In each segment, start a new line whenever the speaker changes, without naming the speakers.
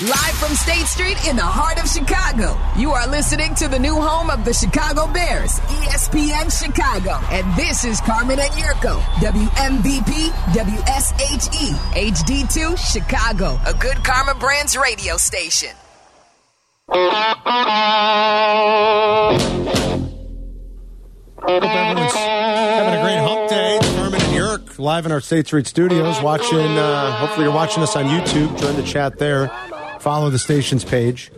Live from State Street in the heart of Chicago, you are listening to the new home of the Chicago Bears, E ESPN Chicago. And this is Carmen and Yurko, WMVP, WSHE, HD2, Chicago, a good Karma Brands radio station.
Hope everyone's having a great hump day. Furman and Yurk live in our State Street studios. Watching, uh, hopefully you're watching us on YouTube. Join the chat there. Follow the station's page.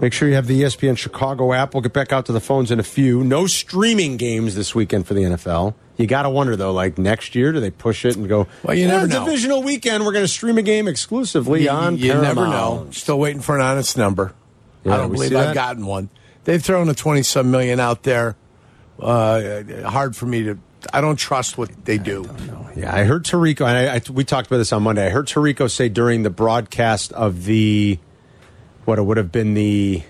Make sure you have the E ESPN Chicago app. We'll get back out to the phones in a few. No streaming games this weekend for the NFL. You got to wonder though, like next year, do they push it and go?
Well, you
"Yeah,
never know."
Divisional weekend, we're going to stream a game exclusively on.
you never
Paramount."
know. Still waiting for an honest number.
Yeah,
I don't
we
believe
see
I've
that.
gotten one. They've thrown a twenty some million out there. Uh, hard for me to. I don't trust what they do.
Yeah, I heard Tarico, and I, I, we talked about this on Monday. I heard Tarico say during the broadcast of the what it would have been the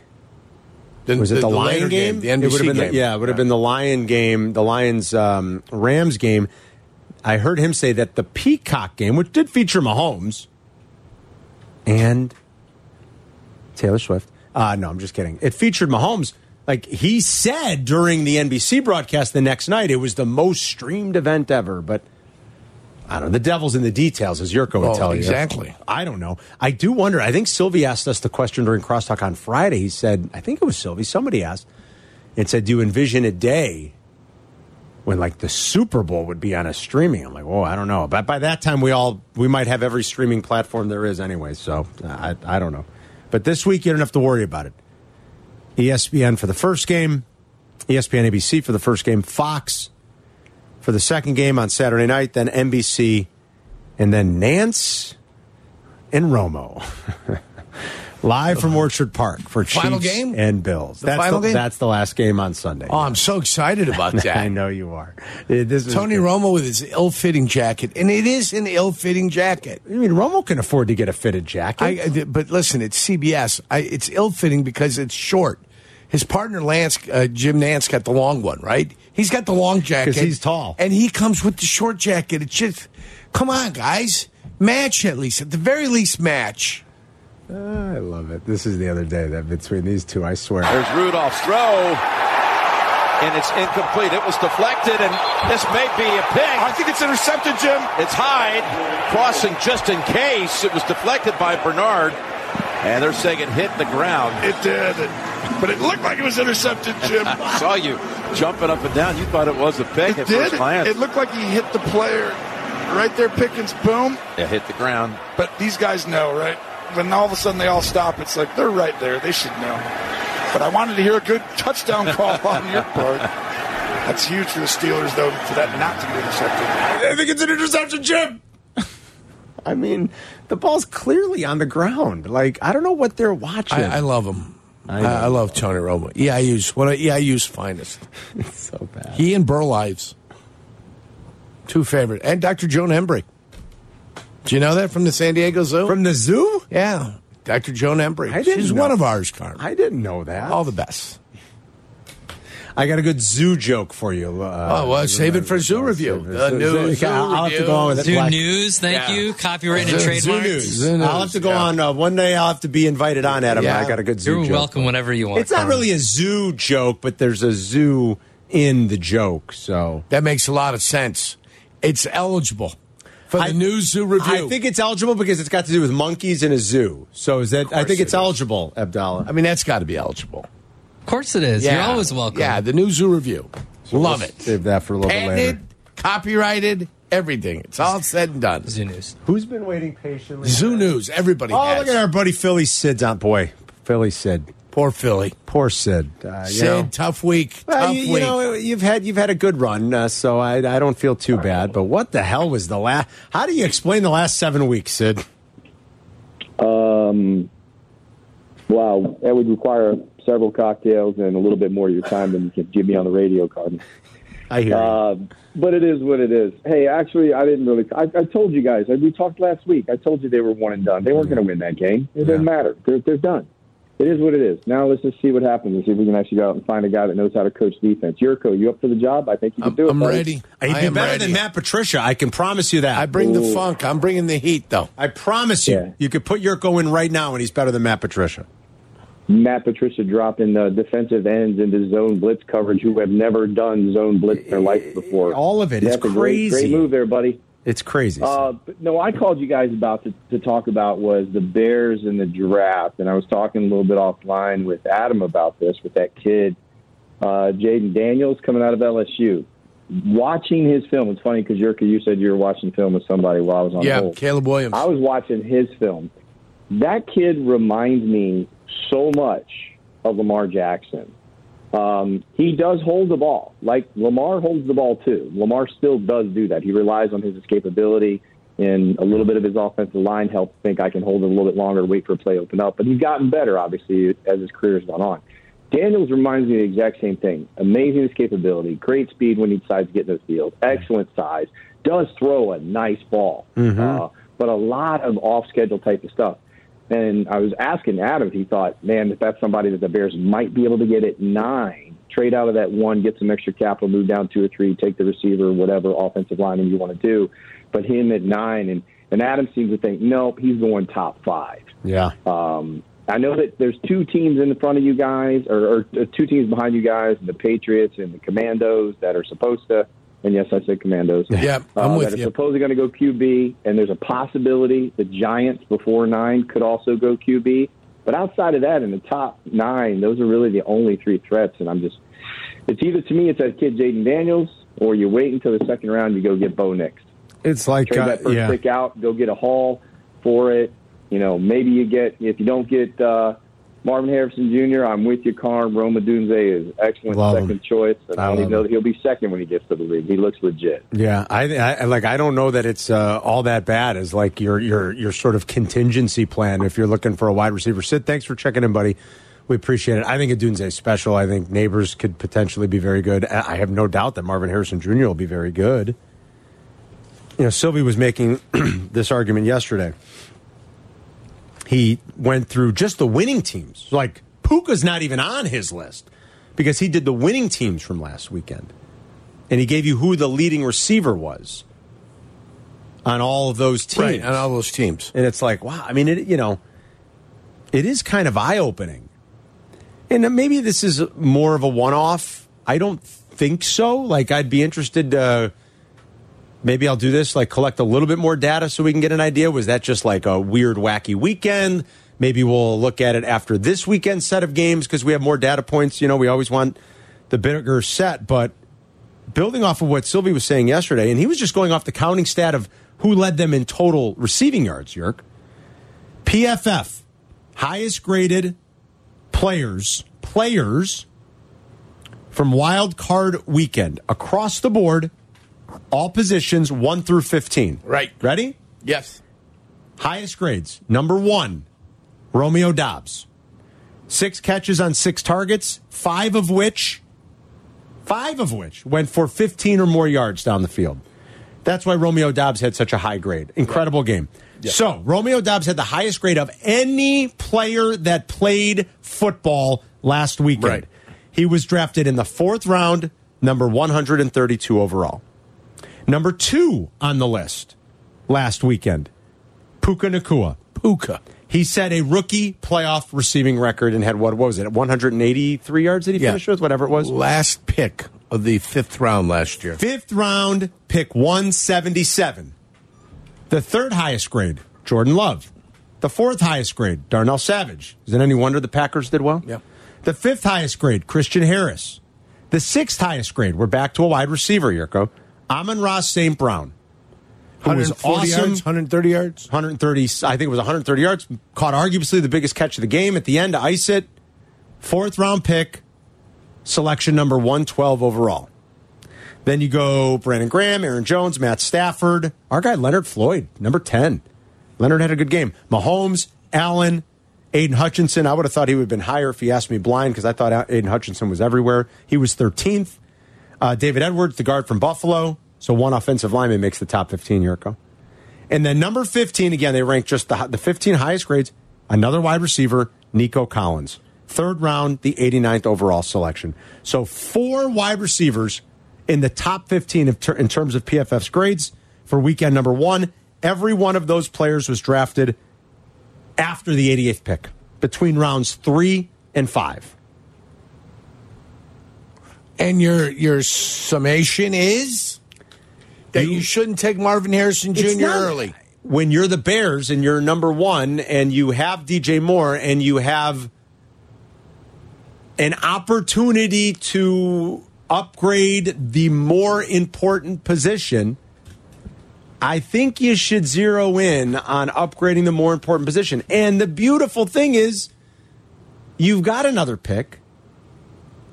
The-
was it the,
later
Lion game?
The NBC
it would have been
game.
The, yeah, it would have been the Lion game, the Lions um, Rams game. I heard him say that the Peacock game, which did feature Mahomes and Taylor Swift. Uh, no, I'm just kidding. It featured Mahomes. Like he said during the NBC broadcast the next night, it was the most streamed event ever. But I don't know. The devil's in the details, as Yurko would
Oh,
tell you.
exactly.
I don't know. I do wonder. I think Sylvie asked us the question during crosstalk on Friday. He said, I think it was Sylvie. Somebody asked and said, Do you envision a day when like the Super Bowl would be on a streaming? I'm like, Whoa, I don't know. But by that time, we all we might have every streaming platform there is anyway. So I, I don't know. But this week, you don't have to worry about it. E ESPN for the first game, E ESPN ABC for the first game, Fox for the second game on Saturday night, then NBC, and then Nance and Romo. Live from Orchard Park for
Uh-huh. Final
Chiefs
game?
and Bills.
The
that's
final
the,
game?
That's the last game on Sunday.
Oh, I'm so excited about that.
I know you are. Eh, This is-
Tony Romo with his ill-fitting jacket, and it is an ill-fitting jacket.
I mean, Romo can afford to get a fitted jacket.
I, I- but listen, it's CBS. I, it's ill-fitting because it's short. His partner Lance uh, Jim Nance got the long one, right? He's got the long jacket
'Cause he's tall.
and he comes with the short jacket. It's just, come on, guys, match at least at the very least match.
Ah, I love it. This is the other day that between these two, I swear.
There's Rudolph's throw, and it's incomplete. It was deflected, and this may be a pick. I think it's intercepted, Jim. It's Hyde crossing just in case. It was deflected by Bernard, and they're saying it hit the ground.
It did. But it looked like it was intercepted, Jim.
I saw you jumping up and down. You thought it was a pick
it
at
did.
first glance.
It looked like he hit the player right there, Pickens, boom.
it hit the ground.
But these guys know, right? When all of a sudden they all stop, it's like they're right there. They should know. But I wanted to hear a good touchdown call on your part. That's huge for the Steelers, though, for that not to be intercepted.
I think it's an interception, Jim. I mean, the ball's clearly on the ground. Like, I don't know what they're watching.
I, I love him. I,
know.
I, love Tony Romo. EIU's one of EIU's finest.
so bad.
He and Burlives, two favorite, and Dr. Joan Embry. Do you know that from the San Diego Zoo?
From the zoo?
Yeah, Dr. Joan Embry.
I didn't
She's
know.
one of ours, Carmen.
I didn't know that.
All the best.
I got a good zoo joke for you. Uh,
Oh, well, save it for zoo
I'll
review.
save it.
The
Zoo-
new
zoo-
zoo
I'll have to
review.
go on with it.
Zoo
Black-
News, thank
Yeah.
you. Copyrighted and
Zoo- Zoo
trademarked.
News. Zoo
I'll have to go
yeah.
on. Uh, one day I'll have to be invited on, Adam.
Yeah.
I got a good zoo
You're
joke.
welcome whenever you want.
It's not really a zoo joke, but there's a zoo in the joke. So
That makes a lot of sense. It's eligible for the
I-
new zoo review.
I think it's eligible because it's got to do with monkeys in a zoo. So is that? I
course
think it's
it is.
eligible, Abdallah.
I mean, that's got to be eligible.
Of course it is. You're
Yeah.
always welcome.
Yeah, the new zoo review. Love
We'll
it.
Save that for a little bit later.
Patented, copyrighted, everything. It's all said and done.
Zoo News.
Who's been waiting patiently?
Zoo News. Everybody
Oh,
has.
look at our buddy Philly Sid's on. Boy, Philly Sid.
Poor Philly.
Poor Sid. Uh, you
Sid,
know.
tough week.
Well,
tough
you, you
week.
know, you've had you've had a good run, uh, so I, I don't feel too bad. But what the hell was the last? How do you explain the last seven weeks, Sid?
Wow, that would require several cocktails and a little bit more of your time than you can give me on the radio, Carden.
I hear. you.
Uh, but it is what it is. Hey, actually, I didn't really. I, I told you guys. I, we talked last week. I told you they were one and done. They weren't going to win that game. It didn't matter. They're, they're done. It is what it is. Now let's just see what happens and see if we can actually go out and find a guy that knows how to coach defense. Yurko, you up for the job? I think you can do it.
I'm
buddy.
ready.
He'd
I
be
am
Uh, better
ready.
than Matt Patricia. I can promise you that.
I bring the funk. I'm bringing the heat, though.
I promise you.
Yeah.
You could put Yurko in right now, and he's better than Matt Patricia.
Matt Patricia dropping uh, defensive ends into zone blitz coverage who have never done zone blitz in their life before.
All of it.
That's
It's
a great,
crazy.
great move there, buddy.
It's crazy.
Uh, but no, I called you guys about to, to talk about was the Bears and the draft, and I was talking a little bit offline with Adam about this with that kid, uh, Jaden Daniels coming out of LSU. Watching his film, it's funny because Yurka, you said you were watching film with somebody while I was on
Yeah,
hold.
Caleb Williams.
I was watching his film. That kid reminds me so much of Lamar Jackson. Um, he does hold the ball. Like Lamar holds the ball too. Lamar still does do that. He relies on his escapability and a little bit of his offensive line help think I can hold it a little bit longer, wait for a play to open up. But he's gotten better, obviously, as his career has gone on. Daniels reminds me of the exact same thing. Amazing escapability, great speed when he decides to get in the field, excellent size, does throw a nice ball, uh, but a lot of off schedule type of stuff. And I was asking Adam if he thought, man, if that's somebody that the Bears might be able to get at nine, trade out of that one, get some extra capital, move down two or three, take the receiver, whatever offensive lineman you want to do. But him at nine, and, and Adam seems to think, nope, he's going top five.
yeah.
Um, I know that there's two teams in the front of you guys, or, or two teams behind you guys, the Patriots and the Commandos that are supposed to. And yes, I said Commandos.
Yeah, I'm
uh,
with
that are
you.
supposedly going to go QB, and there's a possibility the Giants before nine could also go QB. But outside of that, in the top nine, those are really the only three threats. And I'm just, it's either to me, it's that kid Jaden Daniels, or you wait until the second round, you go get Bo next
It's like
uh,
trade that first pick out, go get a haul for it. You know, maybe you get if you don't get uh, Marvin Harrison Jr. I'm with you, Carm. Roma Dunze is excellent
Love
second
him.
choice, and
I
I, don't
love
even know
him.
that he'll be second when he gets to the league. He looks legit.
Yeah, I, I like. I don't know that it's uh, all that bad as like your your your sort of contingency plan if you're looking for a wide receiver. Sid, thanks for checking in, buddy. We appreciate it. I think Adunze is special. I think neighbors could potentially be very good. I I have no doubt that Marvin Harrison Jr. will be very good. You know, Sylvie was making this argument yesterday. He went through just the winning teams. Like Puka's not even on his list because he did the winning teams from last weekend and he gave you who the leading receiver was on all of those teams.
right, on all those teams.
and it's like, wow, I mean, it, you know, it is kind of eye opening. And then maybe this is more of a one off. I don't think so. Like, I'd be interested to. Maybe I'll do this, like collect a little bit more data so we can get an idea. Was that just like a weird, wacky weekend? Maybe we'll look at it after this weekend set of games because we have more data points. You know, we always want the bigger set. But building off of what Sylvie was saying yesterday, and he was just going off the counting stat of who led them in total receiving yards, Yerk. PFF, highest graded players, players from wild card weekend across the board, all positions 1 through 15.
Right.
Ready?
Yes.
Highest grades. Number one, Romeo Dobbs. Six catches on six targets, five of which, five of which went for 15 or more yards down the field. That's why Romeo Dobbs had such a high grade. Incredible game. So, Romeo Dobbs had the highest grade of any player that played football last weekend.
Right.
He was drafted in the fourth round, number 132 overall. Number two on the list last weekend, Puka Nakua.
Puka.
He set a rookie playoff receiving record and had what, what was it? 183 yards that he
Yeah.
finished with, whatever it was.
Last pick of the fifth round last year.
Fifth round, pick 177. The third highest grade, Jordan Love. The fourth highest grade, Darnell Savage. Is it any wonder the Packers did well?
Yeah.
The fifth highest grade, Christian Harris. The sixth highest grade, we're back to a wide receiver, Yurko. Amon Ross St. Brown. Who was
140
awesome.
yards, 130 yards.
130, I think it was 130 yards, caught arguably the biggest catch of the game at the end to ice it. Fourth round pick, selection number 112 overall. Then you go Brandon Graham, Aaron Jones, Matt Stafford, our guy Leonard Floyd, number 10. Leonard had a good game. Mahomes, Allen, Aiden Hutchinson. I would have thought he would have been higher if he asked me blind because I thought Aiden Hutchinson was everywhere. He was 13th. Uh, David Edwards, the guard from Buffalo. So one offensive lineman makes the top 15, Yurko. And then number 15, again, they rank just the, the 15 highest grades. Another wide receiver, Nico Collins. Third round, the 89th overall selection. So four wide receivers in the top 15 of ter- in terms of PFF's grades for weekend number one. Every one of those players was drafted after the 88th pick, between rounds three and five.
And your your summation is that you, shouldn't take Marvin Harrison Jr.
It's not-
early.
When you're the Bears and you're number one and you have DJ Moore and you have an opportunity to upgrade the more important position, I think you should zero in on upgrading the more important position. And the beautiful thing is, you've got another pick.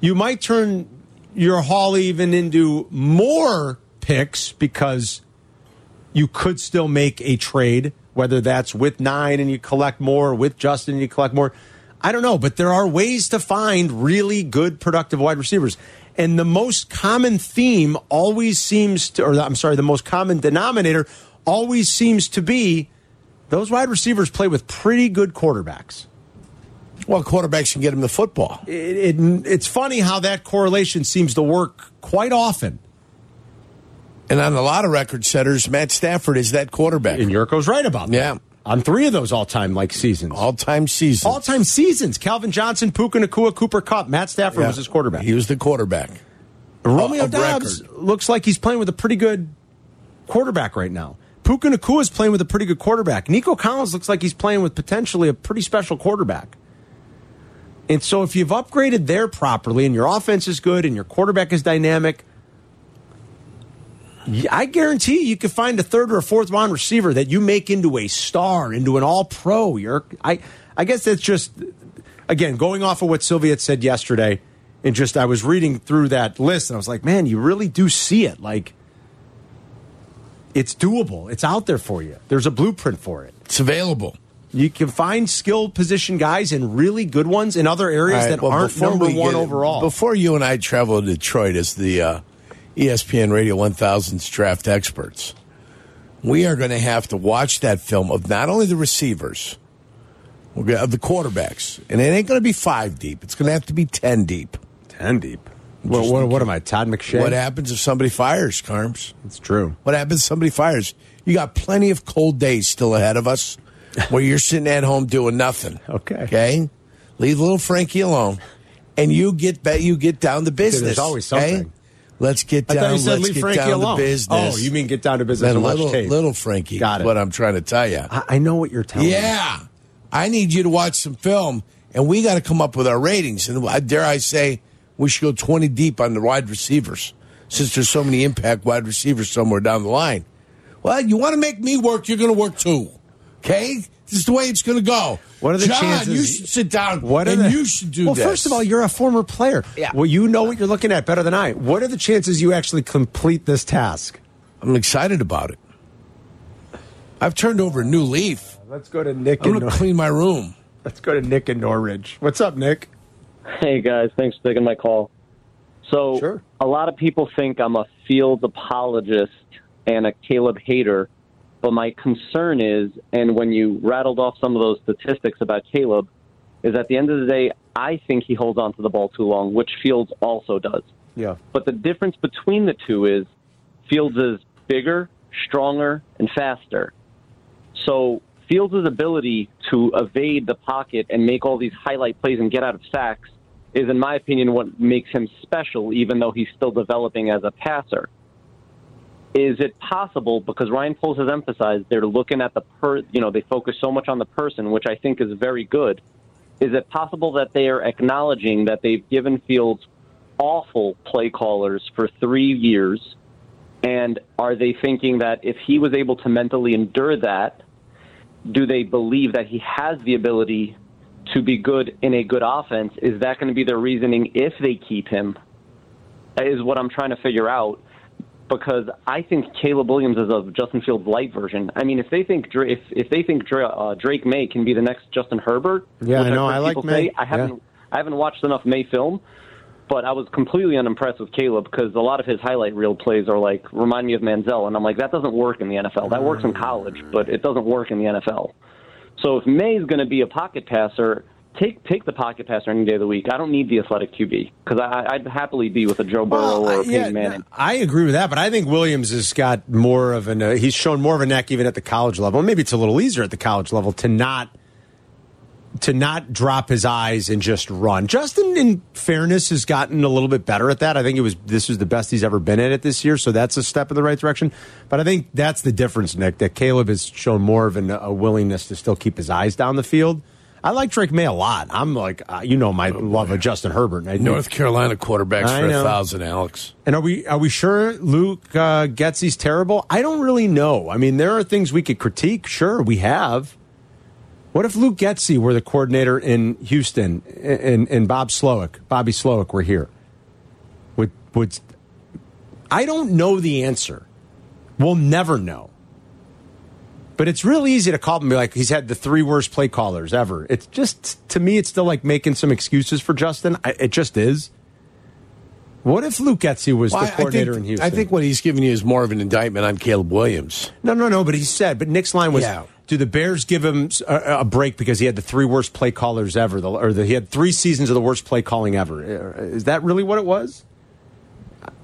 You might turn your haul even into more picks because you could still make a trade, whether that's with nine and you collect more, with Justin and you collect more. I don't know, but there are ways to find really good, productive wide receivers. And the most common theme always seems to, or I'm sorry, the most common denominator always seems to be those wide receivers play with pretty good quarterbacks.
Well, quarterbacks can get him the football.
It, it, it's funny how that correlation seems to work quite often.
And on a lot of record setters, Matt Stafford is that quarterback.
And Yurko's right about that.
Yeah.
On three of those all time like seasons.
All time season.
all time seasons. Calvin Johnson, Puka Nakua, Cooper Cup, Matt Stafford
Yeah.
was his quarterback.
He was the quarterback.
Romeo
of
Dobbs
record.
looks like he's playing with a pretty good quarterback right now. Puka Nakua is playing with a pretty good quarterback. Nico Collins looks like he's playing with potentially a pretty special quarterback. And so if you've upgraded there properly and your offense is good and your quarterback is dynamic, y- I guarantee you could find a third or a fourth round receiver that you make into a star, into an all pro. You're, I, I guess that's just, again, going off of what Sylvia had said yesterday, and just I was reading through that list and I was like, man, you really do see it. Like, it's doable, it's out there for you. There's a blueprint for it.
It's available.
You can find skilled position guys and really good ones in other areas
All right,
that
well,
aren't
before
number
we
one
get-
overall.
Before you and I travel to Detroit as the uh, ESPN Radio 1000's draft experts, we are going to have to watch that film of not only the receivers, we're gonna, of the quarterbacks. And it ain't going to be five deep, it's going to have to be 10 deep.
Ten deep. What, what, what am I, Todd McShay?
What happens if somebody fires, Carms?
it's true.
What happens if somebody fires? You got plenty of cold days still ahead of us where you're sitting at home doing nothing.
Okay.
Okay? Leave little Frankie alone. And you get bet you get down to business.
there's always
okay?
something.
Let's get
I
down,
thought you said
let's
leave
get
Frankie
down
alone.
to business.
Oh, you mean get down to business
then
and watch
little
tape.
little Frankie
Got
is
it.
what I'm trying to tell you.
I, I know what you're telling me.
yeah. I need you to watch some film and we gotta come up with our ratings. And I- dare I say we should go twenty deep on the wide receivers since there's so many impact wide receivers somewhere down the line. Well, you want to make me work, you're going to work too. Okay? This is the way it's going to go.
What are the
John,
chances-
you should sit down
What are
and
the-
you should do
well,
this.
first of all, you're a former player.
Yeah.
Well, you know what you're looking at better than I. What are the chances you actually complete this task?
I'm excited about it. I've turned over a new leaf.
Let's go to Nick
I'm going to clean my room.
Let's go to Nick and Norridge. What's up, Nick?
Hey guys, thanks for taking my call. So
Sure.
a lot of people think I'm a field apologist and a Caleb hater, but my concern is, and when you rattled off some of those statistics about Caleb, is at the end of the day, I think he holds onto the ball too long, which Fields also does.
Yeah.
But the difference between the two is Fields is bigger, stronger, and faster. So Fields' ability to evade the pocket and make all these highlight plays and get out of sacks is, in my opinion, what makes him special, even though he's still developing as a passer. Is it possible because Ryan Poles has emphasized they're looking at the per, you know, they focus so much on the person, which I think is very good. Is it possible that they are acknowledging that they've given Fields awful play callers for three years? And are they thinking that if he was able to mentally endure that, do they believe that he has the ability to be good in a good offense? Is that going to be their reasoning if they keep him? That Is what I'm trying to figure out because I think Caleb Williams is a Justin Fields light version. I mean, if they think Dra- if if they think Dra- uh, Drake May can be the next Justin Herbert,
Yeah,
which
I
I've
know.
heard
I like
people
May.
say, I haven't
Yeah.
I haven't watched enough May film, but I was completely unimpressed with Caleb because a lot of his highlight reel plays are like remind me of Manziel, and I'm like that doesn't work in the NFL. That
Mm.
works in college, but it doesn't work in the NFL. So if May is going to be a pocket passer,
Take take the pocket passer any day of the week. I don't need the athletic QB because I, I'd happily be with a Joe Burrow or a Peyton Manning.
I agree with that, but I think Williams has got more of an uh, he's shown more of a knack even at the college level. Maybe it's a little easier at the college level to not to not drop his eyes and just run. Justin, in fairness, has gotten a little bit better at that. I think it was this was the best he's ever been at it this year, so that's a step in the right direction. But I think that's the difference, Nick. That Caleb has shown more of an, a willingness to still keep his eyes down the field. I like Drake May a lot. I'm like, uh, you know, my love of Justin Herbert. I-
North Carolina quarterbacks
I
for
know.
a thousand, Alex.
and are we are we sure Luke uh, Getzey's terrible? I don't really know. I mean, there are things we could critique. Sure, we have. What if Luke Getzey were the coordinator in Houston and, and Bob Slowick, Bobby Slowick were here? Would would I don't know the answer. We'll never know. But it's real easy to call him and be like, he's had the three worst play callers ever. It's just to me, it's still like making some excuses for Justin. I, it just is. What if Luke Getzey was
Well, I-
the coordinator
I think,
in Houston?
I think what he's giving you is more of an indictment on Caleb Williams.
No, no, no. But he said. But Nick's line was,
Yeah.
"Do the Bears give him a, a break because he had the three worst play callers ever, the, or the, he had three seasons of the worst play calling ever? Uh, Is that really what it was?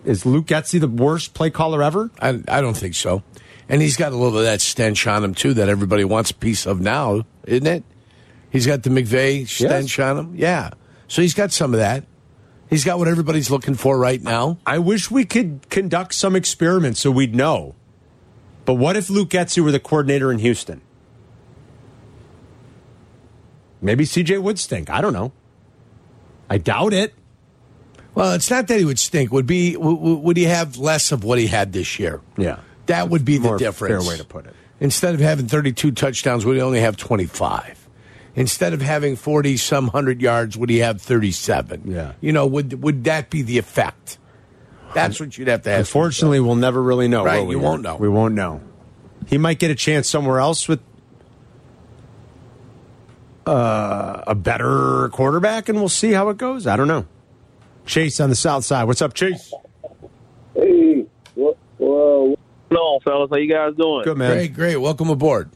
Is Luke Getzey the worst play caller ever?
I, I don't think so. And he's got a little of that stench on him too that everybody wants a piece of now, isn't it? He's got the McVeigh stench on him. Yeah. So he's got some of that. He's got what everybody's looking for right now.
I wish we could conduct some experiments so we'd know. But what if Luke Getzey were the coordinator in Houston? Maybe CJ would stink. I don't know. I doubt it.
Well, it's not that he would stink. Would be w- w- would he have less of what he had this year?
Yeah.
That would be the
More
difference.
fair way to put it.
Instead of having 32 touchdowns, would he only have 25? Instead of having 40 some 100 yards, would he have 37?
Yeah.
You know, would would that be the effect? That's what you'd have to ask.
Unfortunately, we'll never really know.
Right,
will we
you won't know.
We won't know. He might get a chance somewhere else with uh, a better quarterback, and we'll see how it goes. I don't know. Chase on the south side. What's up, Chase?
Hey, wha- whoa,
No, fellas, how you guys doing?
Good man.
Great, great. Welcome aboard.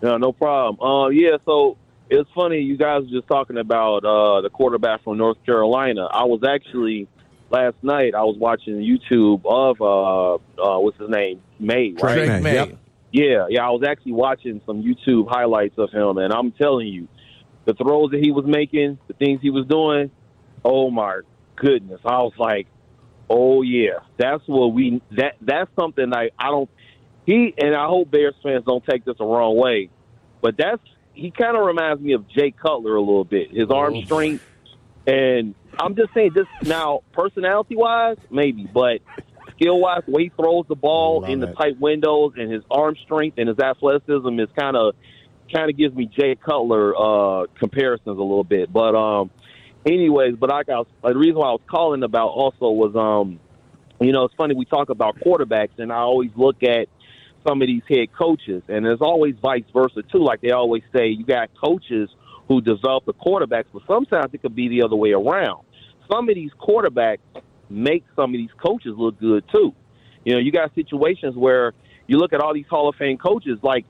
No, no problem. Uh, yeah, so it's funny you guys were just talking about uh, the quarterback from North Carolina. I was actually last night. I was watching YouTube of uh, uh, what's his name, May. Right?
Drake
Drake
May,
May.
yep.
Yeah, yeah. I was actually watching some YouTube highlights of him, and I'm telling you, the throws that he was making, the things he was doing. Oh my goodness! I was like, oh yeah, that's what we that that's something I I don't he and I hope Bears fans don't take this the wrong way, but that's he kind of reminds me of Jay Cutler a little bit. His arm
Oh.
strength, and I'm just saying this now, personality wise, maybe, but skill wise, the way he throws the ball
Love
in the
it.
tight windows and his arm strength and his athleticism is kind of kind of gives me Jay Cutler uh, comparisons a little bit. But um, anyways, but I got the reason why I was calling about also was um, you know, it's funny we talk about quarterbacks, and I always look at some of these head coaches, and there's always vice versa too. Like they always say, you got coaches who develop the quarterbacks, but sometimes it could be the other way around. Some of these quarterbacks make some of these coaches look good too. You know, you got situations where you look at all these Hall of Fame coaches, like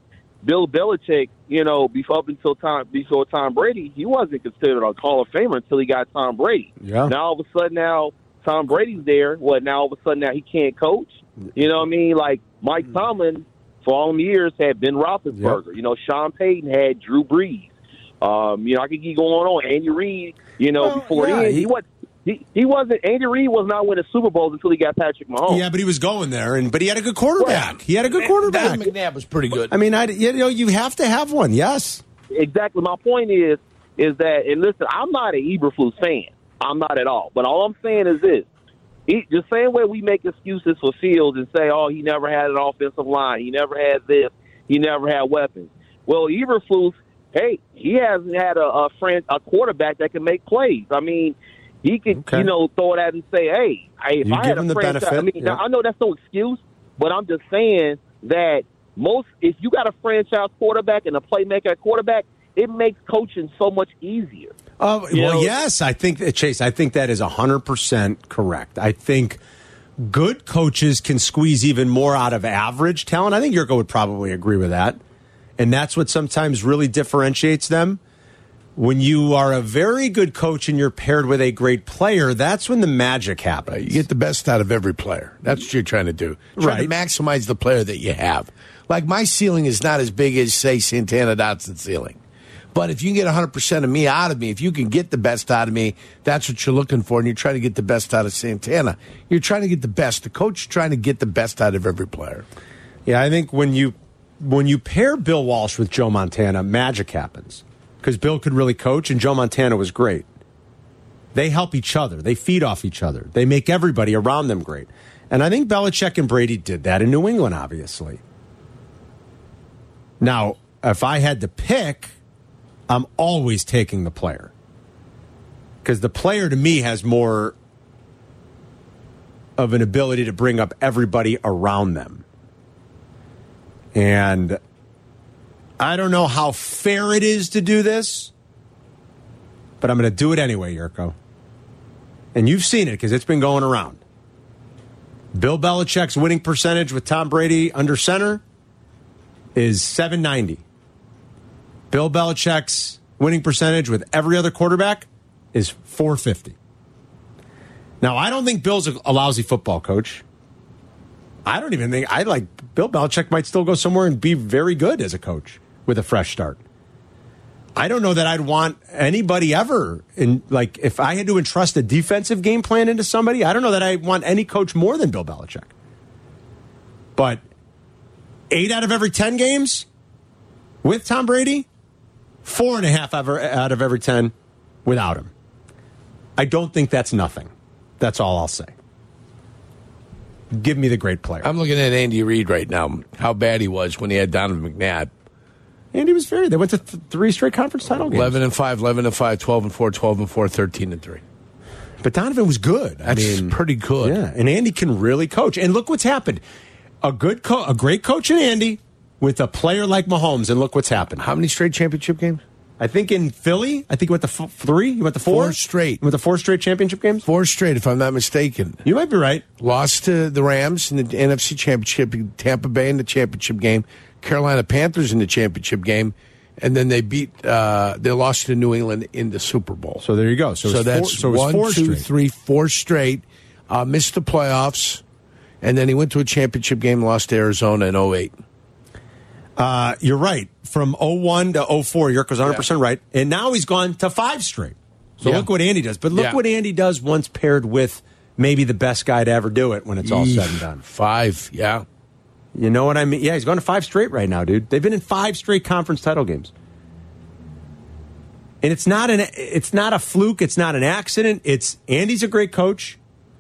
Bill Belichick. You know, before up until Tom before Tom Brady, he wasn't considered a Hall of Famer until he got Tom Brady.
Yeah.
Now all of a sudden now Tom Brady's there. What now all of a sudden now he can't coach? You know what I mean? Like Mike Tomlin for all them years had Ben Roethlisberger. You know Sean Payton had Drew Brees. Um, you know I could keep going on. Andy Reid. You know
Well,
before
yeah,
then he,
he-
was he, he wasn't Andy Reid was not winning Super Bowls until he got Patrick Mahomes.
Oh, Yeah, but he was going there, and but he had a good quarterback. He had a good quarterback.
Donovan McNabb was pretty good.
I mean, I you know you have to have one. Yes.
exactly my point is is that and listen, I'm not an Eberflus fan. I'm not at all. But all I'm saying is this: he, the same way we make excuses for Fields and say, "Oh, he never had an offensive line. He never had this. He never had weapons." Well, Eberflus, hey, he hasn't had a a, friend, a quarterback that can make plays. I mean. He could,
Okay.
you know, throw it out and say, "Hey, I, if
You
I
give
had a
him the
franchise, I
benefit,
mean,
yeah.
now, I know that's no excuse, but I'm just saying that most if you got a franchise quarterback and a playmaker at quarterback, it makes coaching so much easier.
Uh,
You
well,
know-
yes, I think that Chase. I think that is hundred percent correct. I think good coaches can squeeze even more out of average talent. I think Yurko would probably agree with that, and that's what sometimes really differentiates them. When you are a very good coach and you're paired with a great player, that's when the magic happens.
You get the best out of every player. That's what you're trying to do. Try to
Right.
maximize the player that you have. Like my ceiling is not as big as say Santana Dotson's ceiling. But if you can get 100% of me out of me, if you can get the best out of me, that's what you're looking for. And you're trying to get the best out of Santana. You're trying to get the best. The coach is trying to get the best out of every player.
Yeah, I think when you when you pair Bill Walsh with Joe Montana, magic happens because Bill could really coach and Joe Montana was great. They help each other. They feed off each other. They make everybody around them great. And I think Belichick and Brady did that in New England, obviously. Now, if I had to pick, I'm always taking the player because the player to me has more of an ability to bring up everybody around them. And I don't know how fair it is to do this, but I'm going to do it anyway, Yurko. And you've seen it because it's been going around. Bill Belichick's winning percentage with Tom Brady under center is 790. Bill Belichick's winning percentage with every other quarterback is 450. Now, I don't think Bill's a a lousy football coach. I don't even think I like Bill Belichick might still go somewhere and be very good as a coach with a fresh start. I don't know that I'd want anybody ever in like if I had to entrust a defensive game plan into somebody, I don't know that I want any coach more than Bill Belichick. But 8 out of every 10 games with Tom Brady, four and a half ever- out of every 10 without him. I don't think that's nothing. That's all I'll say. Give me the great player.
I'm looking at Andy Reid right now, how bad he was when he had Donovan McNabb.
Andy was very. They went to th- three straight conference title games.
11 and 5, 11 and 5, 12 and 4, 12 and 4, 13 and 3.
But Donovan was good. I
That's
mean,
pretty good.
yeah. And Andy can really coach. And look what's happened. A good, co- a great coach in Andy with a player like Mahomes, and look what's happened.
How many straight championship games?
I think in Philly, I think he went to f- three. You went to four,
Four straight.
You went to four straight championship games.
Four straight, if I'm not mistaken.
You might be right.
lost to the Rams in the NFC Championship, Tampa Bay in the championship game, Carolina Panthers in the championship game, and then they beat uh, they lost to New England in the Super Bowl.
So there you go. So,
So
it's
that's
four, so it's
one,
four
two,
straight.
three, four straight. Uh, missed the playoffs, and then he went to a championship game, lost to Arizona in 08.
Uh, you're right. From 01 to 04, Yurko's 100% right. And now he's gone to five straight. So
Yeah.
look what Andy does. But look
Yeah.
what Andy does once paired with maybe the best guy to ever do it when it's all said and done.
Five, yeah.
You know what I mean? Yeah, he's going to five straight right now, dude. They've been in five straight conference title games. And it's not an it's not a fluke, it's not an accident. It's Andy's a great coach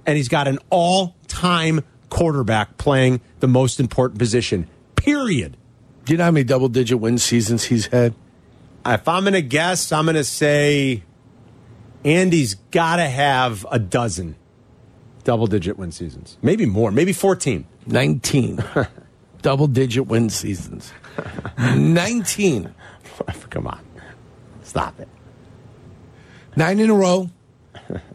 and he's got an all-time quarterback playing the most important position. Period.
Do you know how many double digit win seasons he's had?
If I'm going to guess, I'm going to say Andy's got to have a dozen double-digit win seasons. Maybe more, maybe 14.
19. double digit win seasons. 19.
Come on. Stop it.
nine in a row.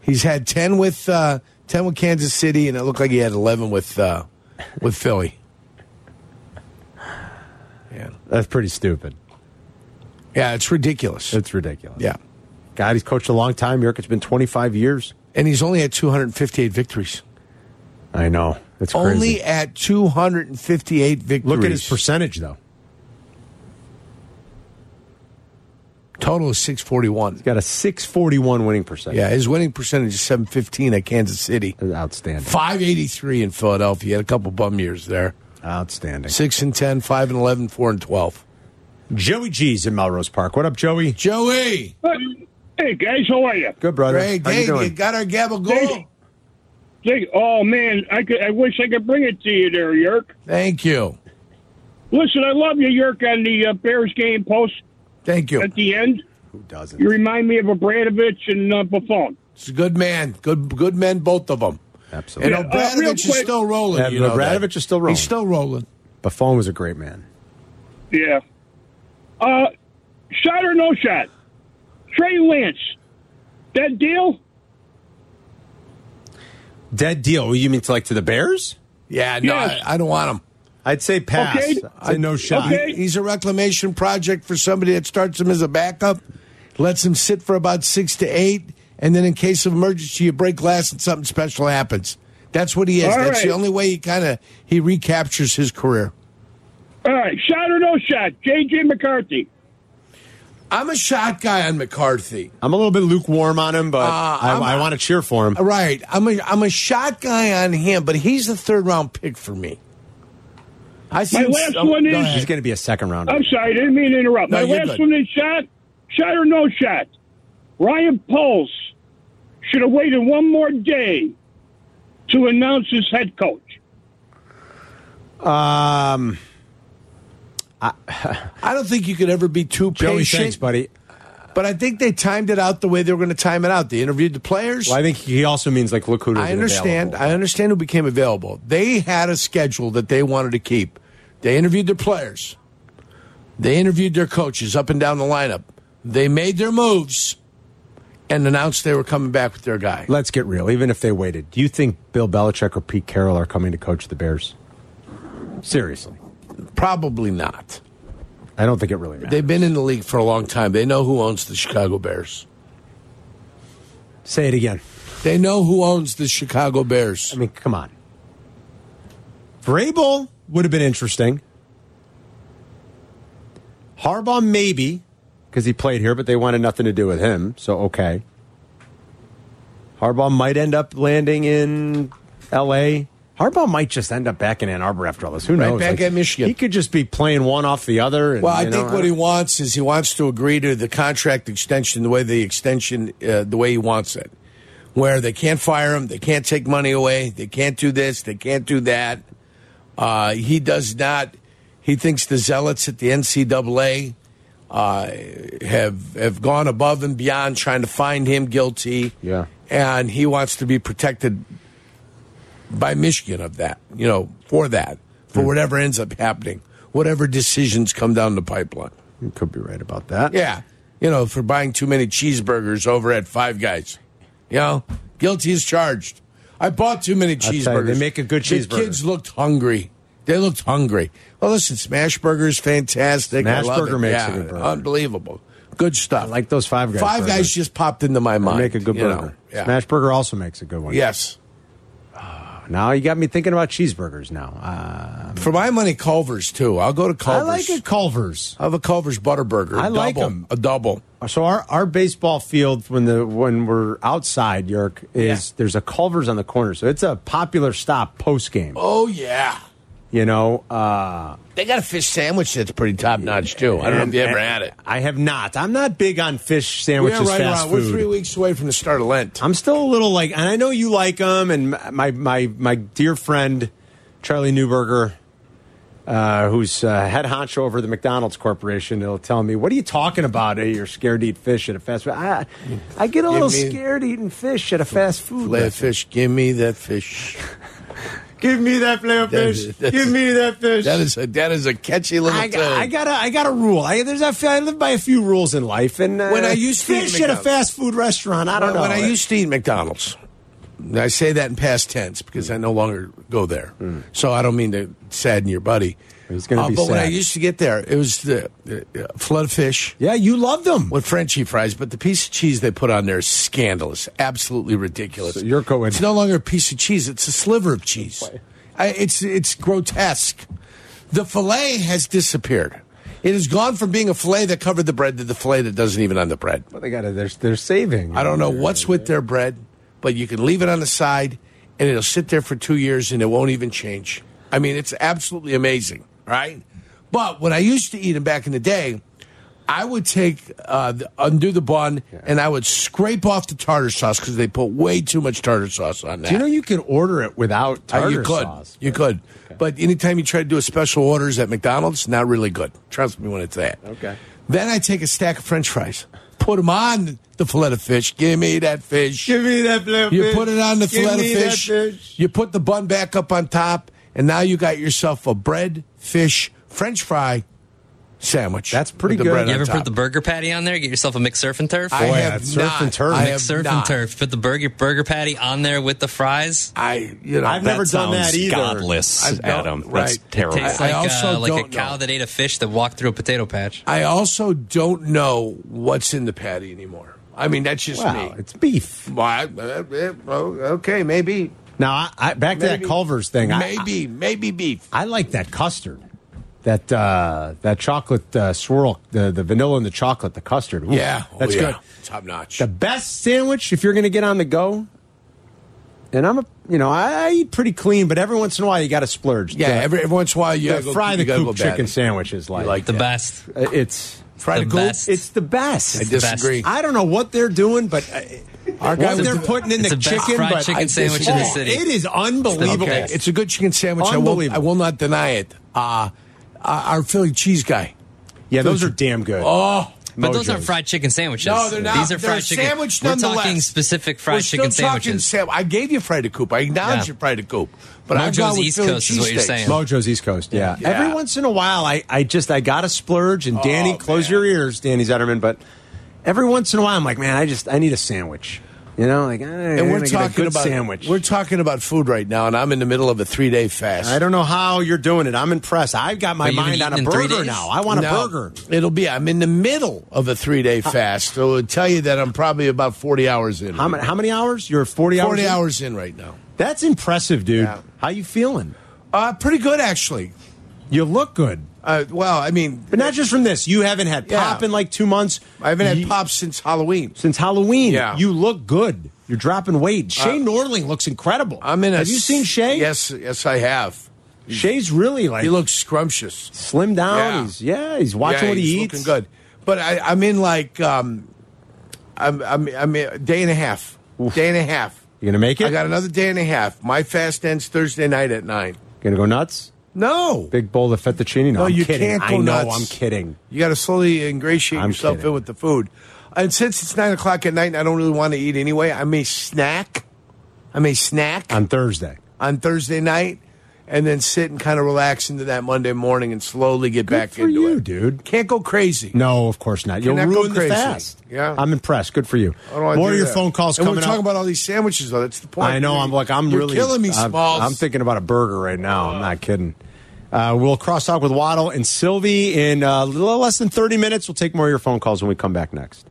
He's had ten with uh, ten with Kansas City, and it looked like he had eleven with uh, with Philly. Yeah,
That's pretty stupid.
yeah, it's ridiculous.
It's ridiculous.
yeah,
God, he's coached a long time. Yurk, it's been 25 years.
and he's only at two hundred and fifty eight victories.
I know. It's crazy.
Only at two hundred and fifty eight victories.
Look at his percentage, though.
total is six forty one.
Got a 641 winning percentage.
Yeah, his winning percentage is seven fifteen at Kansas City,
Outstanding.
five eighty three in Philadelphia. He had a couple bum years there.
Outstanding.
Six and 10, 5 and 11, 4 and twelve.
Joey G's in Melrose Park. What up, Joey?
Joey,
Hey guys, how are you?
Good, brother.
Greg,
How you
hey,
doing?
you got our gavel gold.
Think- oh man, I could, I wish I could bring it to you there, Yerk.
Thank you.
Listen, I love you, Yerk, on the uh, Bears game post
Thank you.
at the end.
Who doesn't?
You remind me of Abradovich and uh, Buffon.
He's a good man. Good good men, both of them. And
Absolutely.
Yeah, uh, real
Obradovich is
quick-
still rolling.
Yeah,
you know that.
Obradovich is still rolling.
He's still rolling.
Buffon was a great man.
Yeah. Uh, shot or no shot? Trey Lance, that deal?
Dead deal. You mean to like to the Bears?
Yeah, no,
Yes.
I, I don't want him.
I'd say pass.
Okay.
I'd say no shot.
Okay.
He's a reclamation project for somebody that starts him as a backup. lets him sit for about six to eight, and then in case of emergency, you break glass and something special happens. That's what he is.
All
That's
right.
the only way he kind of he recaptures his career.
All right, shot or no shot, JJ McCarthy.
I'm a shot guy on McCarthy.
I'm a little bit lukewarm on him, but
I'm-
I, I want to cheer for him.
Right. I'm a I'm a shot guy on him, but he's the third round pick for me. I
My
see
last one is.
He's going to be a second rounder.
I'm sorry, I didn't mean to interrupt. My
No, you're
last
good.
one is shot, shot or no shot. Ryan Poles should have waited one more day to announce his head coach.
Um,
I don't think you could ever be too
Joey,
patient,
thanks, buddy.
but I think they timed it out the way they were going to time it out. They interviewed the players.
Well, I think he also means like look who
I understand.
Available.
I understand who became available. They had a schedule that they wanted to keep. They interviewed their players. They interviewed their coaches up and down the lineup. They made their moves and announced they were coming back with their guy.
Let's get real. Even if they waited, do you think Bill Belichick or Pete Carroll are coming to coach the Bears? Seriously,
Probably not.
I don't think it really matters.
They've been in the league for a long time. They know who owns the Chicago Bears.
Say it again.
They know who owns the Chicago Bears.
I mean, come on. Vrabel would have been interesting. Harbaugh maybe because he played here, but they wanted nothing to do with him. So okay. Harbaugh might end up landing in L.A. Harbaugh might just end up back in Ann Arbor after all this. Who
Right
knows?
back at Michigan.
He could just be playing one off the other. And,
Well, I
you know,
think what he wants is he wants to agree to the contract extension the way the extension uh, the way he wants it, where they can't fire him, they can't take money away, they can't do this, they can't do that. Uh, he does not. He thinks the zealots at the NCAA uh, have have gone above and beyond trying to find him guilty.
Yeah.
and he wants to be protected by Michigan of that, you know, for that, for whatever ends up happening, whatever decisions come down the pipeline.
You could be right about that.
Yeah. You know, for buying too many cheeseburgers over at Five Guys. You know, guilty is charged. I bought too many
tell you, they
cheeseburgers.
make a good
The
cheeseburger.
kids looked hungry. They looked hungry. Well, listen, Smash Burger's fantastic. I love
Smashburger
it.
makes a
Yeah,
good burger.
Unbelievable. Good stuff.
I like those Five Guys
Five
burgers.
Guys just popped into my
They
mind.
Make a good
you
burger.
know. Yeah.
Smash Burger also makes a good one.
Yes.
Now you got me thinking about cheeseburgers. Now uh,
For my money, Culver's, too. I'll go to
I
Culver's.
like a Culver's.
I have a Culver's Butterburger.
I
a
like
double,
'em.
A double.
So our, our baseball field when the when we're outside York is
Yeah.
there's a Culver's on the corner, so it's a popular stop post game.
Oh, yeah.
You know, uh,
They got a fish sandwich that's pretty top notch, too. I don't know if you ever had it.
I have not. I'm not big on fish sandwiches,
we are right
fast
around.
food.
We're three weeks away from the start of Lent.
I'm still a little like, and I know you like them, and my my my dear friend Charlie Newberger, uh, who's uh, head honcho over the McDonald's Corporation, he'll tell me, "What are you talking about? Eh, You're scared to eat fish at a fast food." I, I get a little
me-
scared eating fish at a fast food.
Filet
restaurant.
fish, give me that fish.
Give me that filet of
That-
fish.
that's-
Give me that fish.
That is a that is a catchy little
I,
thing.
I got a I got a rule. I there's a, I live by a few rules in life, and uh,
When I used to eat
fish at a
McDonald's-
fast food restaurant, I don't
when,
know.
when I used to eat McDonald's, and I say that in past tense because I no longer go there. So I don't mean to sadden your buddy.
Hmm.
Uh,
It's gonna be
But when I
sad.
used to get there, it was the uh, flood fish
yeah, you love them.
with Frenchy fries, but the piece of cheese they put on there is scandalous, absolutely ridiculous.
So you're going-
It's no longer a piece of cheese; it's a sliver of cheese. I, it's it's grotesque. The fillet has disappeared. It has gone from being a fillet that covered the bread to the fillet that doesn't even on the bread.
But they got to they're they're saving.
I don't know what's with their bread, but you can leave it on the side and it'll sit there for two years and it won't even change. I mean, it's absolutely amazing, right? But when I used to eat them back in the day, I would take, uh, the, undo the bun and I would scrape off the tartar sauce because they put way too much tartar sauce on that.
Do you know you can order it without
Uh,
tartar
you could.
sauce?
You could. But anytime you try to do a special orders at McDonald's, not really good. Trust me when it's that.
Okay.
Then I take a stack of french fries, put them on the fillet of fish. Give me that fish.
me that blue
You put it on the fillet of fish, You put the bun back up on top, and now you got yourself a bread, fish, French fry, sandwich.
That's pretty
with
good.
The bread
You
You
on
ever
top.
put the burger patty on there? Get yourself a mixed surf and turf.
I
Boy,
have
I'd surf
not.
and turf.
I have
mixed surf
not.
and turf. Put the burger burger patty on there with the fries.
I you know
I've
that-
never done that sounds either.
I
Godless,
don't-
Adam. That's
right.
terrible.
Tastes
I- I
like,
also
uh, like a
don't
cow
know.
that ate a fish that walked through a potato patch.
I also don't know what's in the patty anymore. I mean, that's just
Wow,
me.
it's beef.
Why? uh, uh, oh, okay, maybe,
Now, I, I, back to
Maybe.
that Culver's thing. I-
maybe, maybe beef.
I, I like that custard, that uh, that chocolate uh, swirl, the the vanilla and the chocolate, the custard. Ooh,
Yeah, oh,
that's
yeah.
good.
Top notch.
The best sandwich if you're going to get on the go. And I'm a, you know, I, I eat pretty clean, but every once in a while you got to splurge.
yeah,
The-
every, every once in a while you
the
gotta go-
fry
you
the
gotta go
coop
bad.
chicken sandwich is like,
like
The
Yeah.
best.
uh, it's
Fry
the
the coop.
best.
it's the best.
I disagree.
I don't know what they're doing, but uh,
Our guy
what
was
they're
doing-
putting in
It's
the,
the best
chicken,
fried
but
chicken
I
sandwich in the
disagree.
city.
It is unbelievable.
Okay, it's a good chicken sandwich. I won't, I
Unbelievable.
will not deny it. Uh, uh, our Philly cheese guy.
yeah, those are damn good.
Oh,
But those
Mojo's.
aren't fried chicken sandwiches.
No, they're not.
These are
They're
fried
a
chicken.
Sandwich
We're
nonetheless.
talking specific fried
We're
chicken
still talking
sandwiches.
sam- I gave you fried to coop. I acknowledge
Yeah.
you fried to coop. But I've
Mojo's
gone with
East
Philly
Coast is what you're
cheesesteaks.
saying.
Mojo's East Coast, yeah.
Yeah.
Every once in a while, I, I just I got to splurge. And Danny,
Oh,
close
man.
your ears, Danny Zetterman. But every once in a while, I'm like, man, I just I need a sandwich. You know, like
And we're talking
good
about
sandwich.
We're talking about food right now, and I'm in the middle of a three day fast.
I don't know how you're doing it. I'm impressed. I've got my
Well, you've been
mind on a
eating in three
burger
days?
now. I want a
No,
burger.
It'll be. I'm in the middle of a three day fast. So it'll tell you that I'm probably about 40 hours in.
How many, how many hours? You're 40 hours.
40
in?
hours in right now.
That's impressive, dude.
Yeah.
How you feeling?
Uh, pretty good, actually.
You look good,
Uh, well, I mean,
but not just from this. You haven't had
Yeah.
pop in like two months.
I haven't had
You-
pop since Halloween.
since Halloween.
Yeah. Uh,
You look good. You're dropping weight. Shay Norling looks incredible.
I'm in. A,
Have you seen Shay?
Yes, yes, I have.
Shay's really like
He looks scrumptious.
slim down.
Yeah.
He's yeah, he's watching
Yeah,
what he
he's
eats.
Looking good, but I, I'm in like um, I'm I'm I'm a day and a half, day and a half.
You gonna make it?
I got another day and a half. My fast ends Thursday night at nine.
gonna go nuts?
No,
Big bowl of fettuccine. No,
no,
I'm
you
kidding.
can't go
I know.
nuts.
I'm kidding.
You got to slowly ingratiate
I'm
yourself
kidding.
in with the food. And since it's nine o'clock at night, and I don't really want to eat anyway. I may snack. I may snack
On Thursday.
on Thursday night, and then sit and kind of relax into that Monday morning, and slowly get back
for
into
you,
it.
dude.
Can't go crazy.
No, of course not. You'll
Cannot go
ruin the
crazy.
fast.
Yeah.
I'm impressed. Good for you.
How do I
More
do
of your
that?
phone calls
and
coming
We're talking
up.
about all these sandwiches, though. That's the point.
I know. I'm like I'm
You're
really
killing me,
I'm-
Smalls.
I'm thinking about a burger right now. I'm not kidding. Uh, we'll cross talk with Waddle and Sylvie in uh, a little less than 30 minutes. We'll take more of your phone calls when we come back next.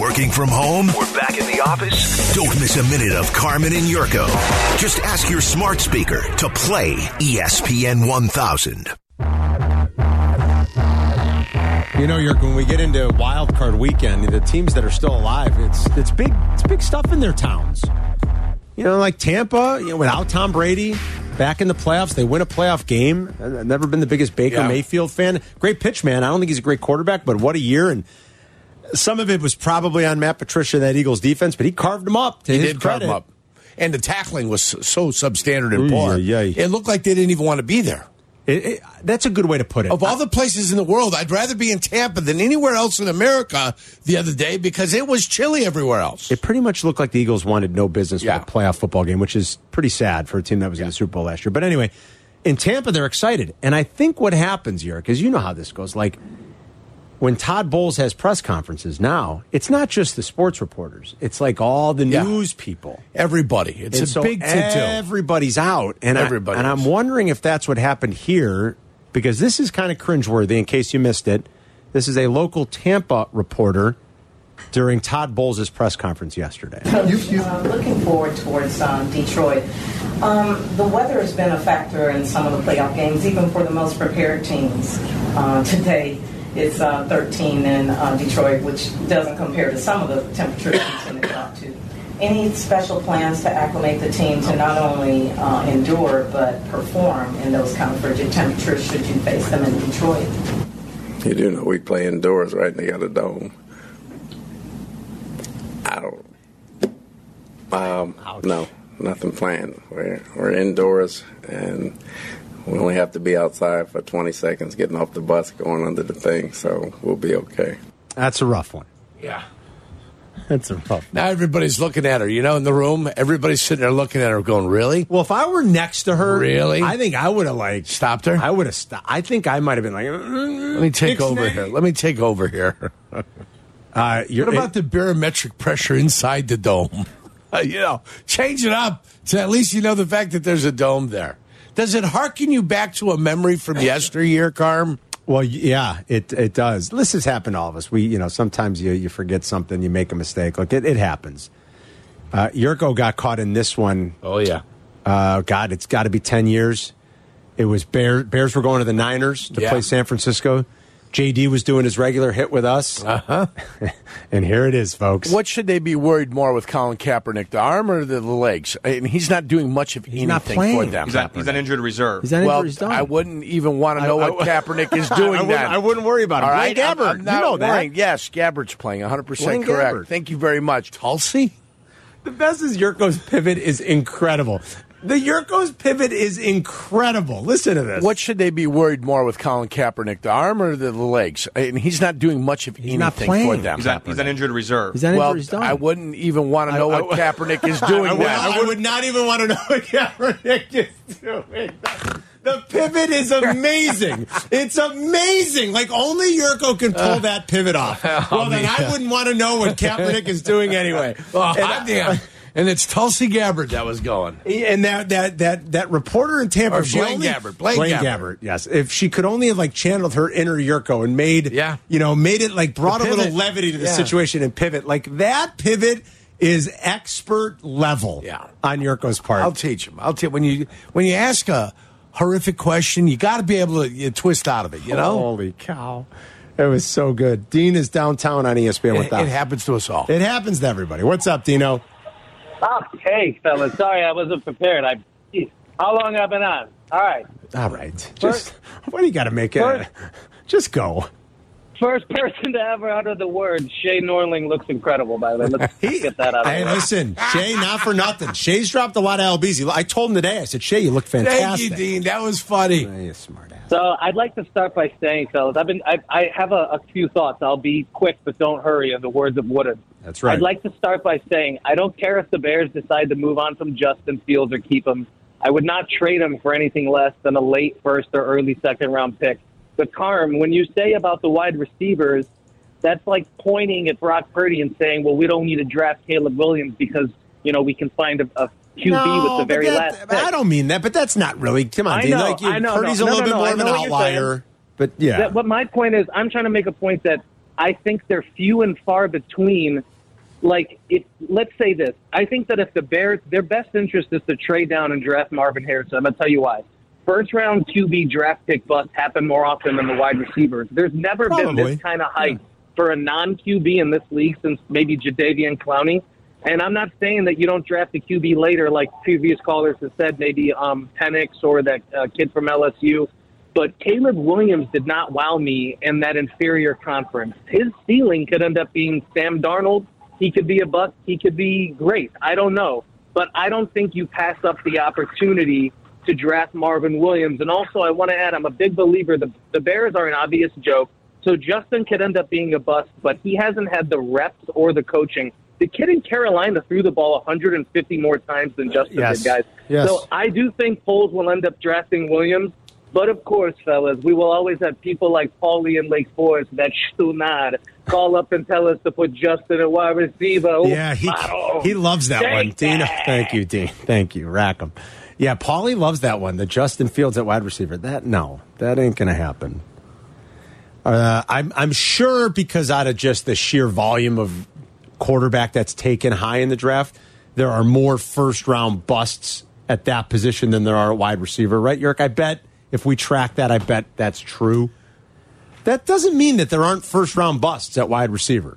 Working from home? We're back in the office. Don't miss a minute of Carmen and Yurko. Just ask your smart speaker to play E ESPN 1000.
You know, York, when we get into wild card weekend, the teams that are still alive, it's it's big it's big stuff in their towns. You know, like Tampa, you know, without Tom Brady, back in the playoffs, they win a playoff game. I've never been the biggest Baker
Yeah.
Mayfield fan. Great pitch, man. I don't think he's a great quarterback, but what a year! And some of it was probably on Matt Patricia and that Eagles defense, but he carved them up. To
He
his
did carve them
credit.
up, and the tackling was so- so substandard and
Ooh,
poor.
yeah, yeah.
It looked like they didn't even want to be there.
It- it- that's a good way to put it.
Of all the places in the world, I'd rather be in Tampa than anywhere else in America the other day because it was chilly everywhere else.
It pretty much looked like the Eagles wanted no business
Yeah.
with a playoff football game, which is pretty sad for a team that was in the Super Bowl last year. But anyway, in Tampa, they're excited. And I think what happens here, because you know how this goes, like when Todd Bowles has press conferences now, it's not just the sports reporters, it's like all the
Yeah.
news people.
Everybody, it's a
And so
big to
Everybody's out, and
Everybody
I, and I'm
is.
wondering if that's what happened here because this is kind of cringeworthy. In case you missed it, this is a local Tampa reporter during Todd Bowles' press conference yesterday.
Uh, looking forward towards um, Detroit. Um, the weather has been a factor in some of the playoff games, even for the most prepared teams. Uh, today, it's uh, 13 in uh, Detroit, which doesn't compare to some of the temperatures we tend to talk to. Any special plans to acclimate the team to not only uh, endure but perform in those kind of frigid temperatures should you face them in Detroit?
You do know we play indoors, right? And they got a dome. I don't. Um, no, nothing planned. We're we're indoors, and we only have to be outside for 20 seconds, getting off the bus, going under the thing. So we'll be okay.
That's a rough one.
Yeah.
That's a rough.
Now everybody's looking at her. You know, in the room, everybody's sitting there looking at her, going, "Really?"
Well, if I were next to her,
really,
I think I would have like
stopped her.
I would have stopped. I think I might have been like,
Let me take over here. Let me take over here.
uh, you're,
what about the barometric pressure inside the dome? Uh, you know, change it up so at least you know the fact that there's a dome there. Does it harken you back to a memory from yesteryear, Carm?
Well, yeah, it it does. This has happened to all of us. We, you know, sometimes you you forget something, you make a mistake. Like it, it happens. Uh, Yurko got caught in this one.
Oh yeah.
Uh, God, it's got to be ten years. It was Bears. Bears were going to the Niners to
Yeah.
play San Francisco. JD was doing his regular hit with us. Uh huh. and here it is, folks.
Uh-huh. What should they be worried more with Colin Kaepernick, the arm or the, the legs? And he's not doing much of anything
not
for
playing.
them.
He's on, he's on injured reserve.
He's on
well,
injuries done.
I wouldn't even want to know
I-
what
I-
Kaepernick is doing.
I wouldn't-
then.
I wouldn't worry about it.
All
Blake
right? I'm-
Gabbert,
I'm not
you know that.
worrying. Yes, Gabbard's playing. 100 percent
Blaine
correct.
Gabbert.
Thank you very much, Tulsi.
The best is Yurko's pivot is incredible. The Yurko's pivot is incredible. Listen to this.
What should they be worried more with Colin Kaepernick, the arm or the, the legs? And he's not doing much of anything
not
for
playing.
them.
He's on, he's on injured reserve.
He's on
well,
injuries done.
I wouldn't even want to know
I-
what
I-
Kaepernick is doing.
I would,
now.
I would not even want to know what Kaepernick is doing. The pivot is amazing. It's amazing. Like only Yurko can pull that pivot off. Well, then I wouldn't want to know what Kaepernick is doing anyway.
Oh,
And-
hot damn. And it's Tulsi Gabbard that was going.
And that that that that reporter in Tampa,
Or
if she
Blaine
only-
Gabbert, Blaine Gabbert.
yes. If she could only have like channeled her inner Yurko and made,
Yeah.
you know, made it like brought a
The
little
pivot.
levity to the
Yeah.
situation and pivot. Like that pivot is expert level,
Yeah.
on Yurko's part.
I'll teach him. I'll teach when you when you ask a horrific question, you got to be able to you twist out of it. You know,
holy cow, it was so good. Dean is downtown on E ESPN
it,
with that.
it happens to us all.
It happens to everybody. What's up, Dino?
Oh, hey, fellas. Sorry I wasn't prepared. I, geez, how long have I been on? All right.
All right, just why do you got to make it?
First-
just go.
First person to ever utter the word Shay Norling looks incredible, by the way. Let's get that out of
Hey,
the way.
listen, Shay, not for nothing. Shay's dropped a lot of lbs. I told him today. I said, Shay, you look
Thank
fantastic.
you, Dean. That was funny.
Hey, you smart ass.
So I'd like to start by saying, fellas, I've been, I, I have a, a few thoughts. I'll be quick, but don't hurry, in the words of Woodard.
That's right.
I'd like to start by saying I don't care if the Bears decide to move on from Justin Fields or keep him. I would not trade him for anything less than a late first or early second round pick. But Carm, when you say about the wide receivers, that's like pointing at Brock Purdy and saying, "Well, we don't need to draft Caleb Williams because you know we can find a, a QB with the
but
very
that-
last." Pick.
I don't mean that, but that's not really. Come on,
I
Dean.
know,
like, you,
I know,
Purdy's
no,
a
no,
little
no, no, I
bit more
know
of
what
an
you're saying.
outlier. But yeah,
That, what my point is, I'm trying to make a point that I think they're few and far between. Like, if let's say this, I think that if the Bears, their best interest is to trade down and draft Marvin Harrison. I'm gonna tell you why. First round QB draft pick busts happen more often than the wide receivers. There's never been
Probably.
this kind of hype for a non QB in this league since maybe Jadavian Clowney. And I'm not saying that you don't draft the QB later, like previous callers have said, maybe um, Penix or that uh, kid from LSU. But Caleb Williams did not wow me in that inferior conference. His ceiling could end up being Sam Darnold. He could be a bust. He could be great. I don't know. But I don't think you pass up the opportunity to draft Marvin Williams. And also, I want to add, I'm a big believer the, the Bears are an obvious joke. So Justin could end up being a bust, but he hasn't had the reps or the coaching. The kid in Carolina threw the ball 150 more times than Justin
Yes.
did, guys.
Yes.
So I do think polls will end up drafting Williams. But of course, fellas, we will always have people like Paulie and Lake Forest that stunad call up and tell us to put Justin at wide receiver. Oh,
yeah, he
Mato.
he loves that
Take
one, Dean.
that.
Thank you, Dean. Thank you, Rackham. Yeah, Paulie loves that one. The Justin Fields at wide receiver. That no, that ain't gonna happen. Uh, I'm I'm sure because out of just the sheer volume of quarterback that's taken high in the draft, there are more first round busts at that position than there are at wide receiver, right, Yerk? I bet if we track that, I bet that's true. That doesn't mean that there aren't first round busts at wide receiver.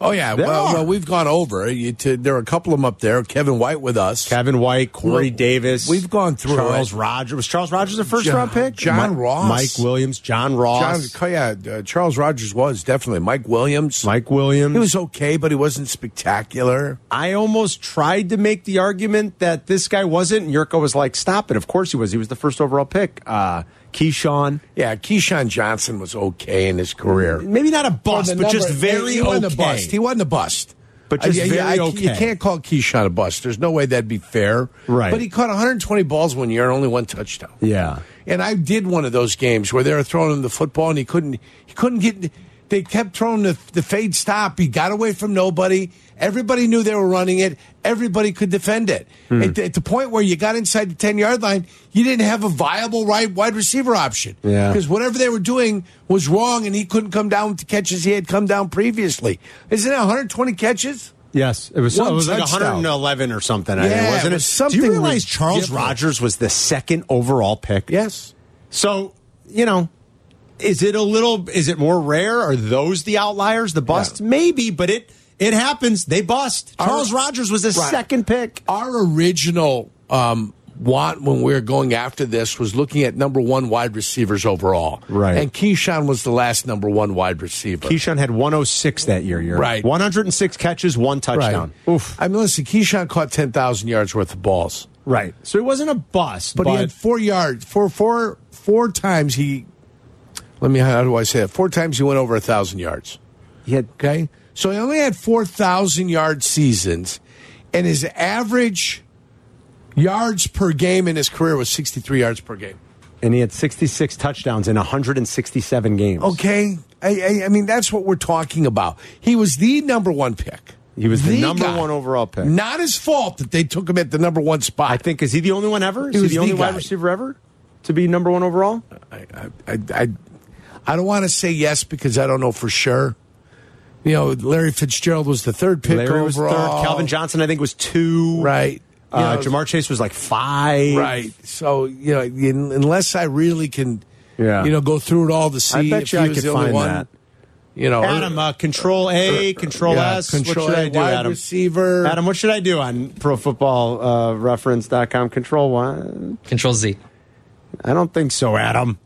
Oh yeah.
There
Well,
are.
well, we've gone over. You t- there are a couple of them up there. Kevin White with us.
Kevin White, Corey
Well,
Davis.
we've gone through
Charles
it.
Rogers. Was Charles Rogers the first
John-
round pick?
John
Mi-
Ross.
Mike Williams, John Ross,
John, yeah, uh, Charles Rogers was definitely Mike Williams.
Mike Williams.
He was okay, but he wasn't spectacular.
I almost tried to make the argument that this guy wasn't, and Yurko was like, "Stop it!" Of course he was. He was the first overall pick. Uh, Keyshawn,
Yeah, Keyshawn Johnson was okay in his career.
maybe not a bust,
Well, Oh, the
but just
number-
very
he, he
okay.
Wasn't a bust. He wasn't a bust.
But just
I-
very
I-
okay.
You can't call Keyshawn a bust. There's no way that'd be fair.
Right.
But he caught 120 balls one year and only one touchdown.
Yeah.
And I did one of those games where they were throwing him the football and he couldn't he couldn't get they kept throwing the, the fade stop. He got away from nobody. Everybody knew they were running it. Everybody could defend it.
Hmm.
At, the- at the point where you got inside the 10 yard line, you didn't have a viable right wide receiver option.
Yeah.
Because whatever they were doing was wrong and he couldn't come down with the catches he had come down previously. Isn't it 120 catches?
Yes, it was.
One
it was like
touchdown.
111 or something. I
Yeah,
think,
it
wasn't it?
was something
Do you realize Charles
ridiculous.
Rogers was the second overall pick?
Yes.
So you know, is it a little? Is it more rare? Are those the outliers? The busts? Maybe, but it it happens. They bust. Charles Rogers was the
Right.
second pick.
Our original um, want when we were going after this was looking at number one wide receivers overall.
Right.
And Keyshawn was the last number one wide receiver.
Keyshawn had 106 that year. You're
Right.
106 catches, one touchdown.
Right. Oof. I mean, listen, Keyshawn caught 10,000 yards worth of balls.
Right. So it wasn't a bust,
But, he had four yards, four, four, four times he, let me, how do I say it? Four times he went over a 1,000 yards.
He had,
okay. So he only had 4,000 yard seasons, and his average yards per game in his career was 63 yards per game.
and he had 66 touchdowns in 167 games.
Okay. I, I, I mean, that's what we're talking about. He was the number one pick.
He was the, number
guy.
one overall pick.
Not his fault that they took him at the number one spot. I
think is he the only one ever? Is he
was
the only wide
guy.
receiver ever to be number one overall?
I, I, I don't want to say yes because I don't know for sure. You know, Larry Fitzgerald was the third pick
Larry
overall.
was third. Calvin Johnson, I think, was two.
Right.
Uh,
You know,
Jamar Chase was like five.
Right. So you know, in, unless I really can,
Yeah.
you know, go through it all to see.
I bet
if
you
he
I
was
could
the only
find
one,
that.
You know,
Adam, uh, Control A, Control
yeah,
S.
Control
what should
A,
I do,
wide
Adam?
receiver.
Adam, what should I do on ProFootballReference.com? Control one.
Control Z.
I don't think so, Adam.